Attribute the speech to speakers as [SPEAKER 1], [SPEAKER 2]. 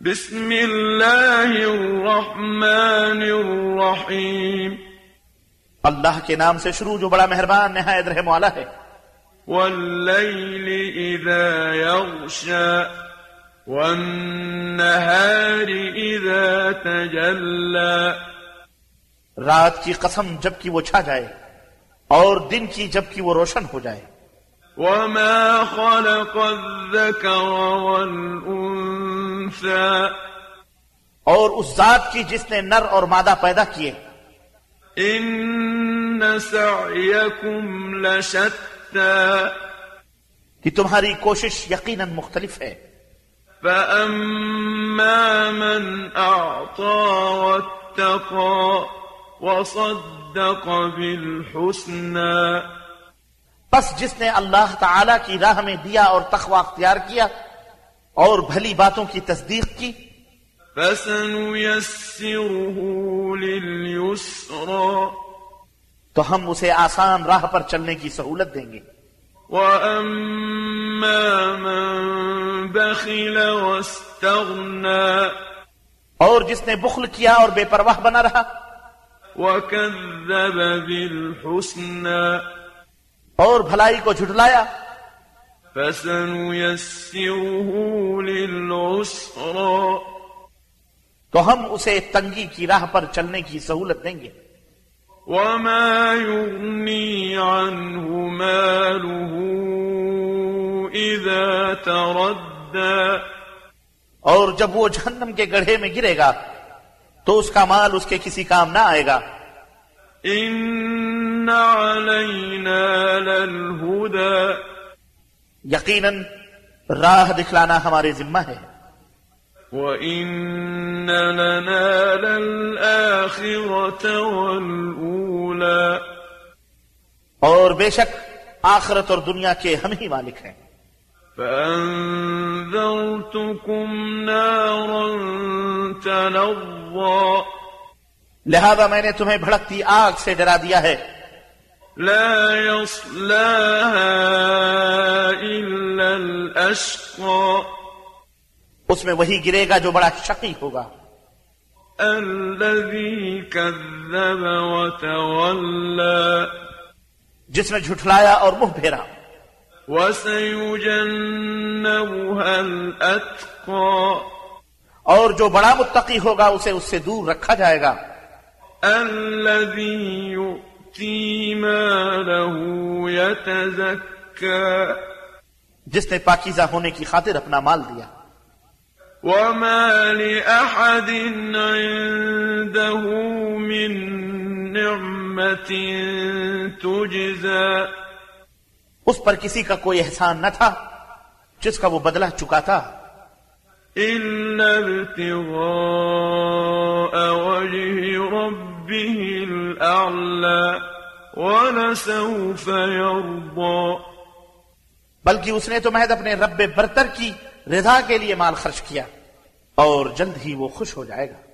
[SPEAKER 1] بسم الله الرحمن الرحيم
[SPEAKER 2] अल्लाह के नाम से शुरू जो बड़ा मेहरबान नहायत रहम वाला है
[SPEAKER 1] والليل إذا يغشى والنهار إذا تجلى
[SPEAKER 2] रात की कसम जबकि वो छा जाए और दिन की जबकि वो रोशन हो जाए
[SPEAKER 1] وما خلق الذكر والأنثى
[SPEAKER 2] और उस जात की जिसने नर और मादा पैदा किए
[SPEAKER 1] إن سعيكم لشتى
[SPEAKER 2] कि तुम्हारी कोशिश यकीनन मुख्तलिफ है
[SPEAKER 1] فأما من أعطى واتقى وصدق بالحسنى
[SPEAKER 2] बस जिसने अल्लाह ताला की राह में दिया और तखवा अख्तियार किया और भली बातों की तस्दीक की
[SPEAKER 1] فسنيسره لليسرى
[SPEAKER 2] तो हम उसे आसान राह पर चलने की सहूलत देंगे
[SPEAKER 1] وأما من بخل واستغنى
[SPEAKER 2] और जिसने बुखल किया और बेपरवाह बना रहा
[SPEAKER 1] وكذب بالحسنى
[SPEAKER 2] और भलाई को झुटलाया
[SPEAKER 1] فسنيسره للعسرى
[SPEAKER 2] तो हम उसे तंगी की राह पर चलने की सहूलत देंगे
[SPEAKER 1] وما يغني عنه ماله إذا تردى
[SPEAKER 2] और जब वो जहन्नम के गढ़े में गिरेगा तो उसका माल उसके किसी काम ना आएगा
[SPEAKER 1] إن علينا للهدى
[SPEAKER 2] यकीनन राह दिखलाना हमारे जिम्मा है
[SPEAKER 1] وإن لنا للآخرة والأولى
[SPEAKER 2] और बेशक आखरत और दुनिया के हम ही मालिक हैं
[SPEAKER 1] فأنذرتكم نارا تلظى
[SPEAKER 2] लिहाजा मैंने तुम्हें भड़कती आग से डरा दिया है
[SPEAKER 1] لا يصلاها إلا الأشقى
[SPEAKER 2] उसमें वही गिरेगा जो बड़ा शकी होगा
[SPEAKER 1] الذي كذب وتولى
[SPEAKER 2] जिसने झुठलाया और मुंह फेरा
[SPEAKER 1] وسيجنبها الأتقى
[SPEAKER 2] और जो बड़ा मुत्तकी होगा उसे उससे दूर रखा जाएगा
[SPEAKER 1] الذي يؤتي ماله يتزكى
[SPEAKER 2] जिसने पाकिजा होने की खातिर अपना माल दिया
[SPEAKER 1] وما لأحد عنده من نعمة تجزى
[SPEAKER 2] उस पर किसी का कोई एहसान न था जिसका वो बदला चुकाता
[SPEAKER 1] إلا ابتغاء وجه ربه الأعلى ولسوف يرضى
[SPEAKER 2] बल्कि उसने तो महज अपने रब बरतर की रिधा के लिए माल खर्च किया और जल्द ही वो खुश हो जाएगा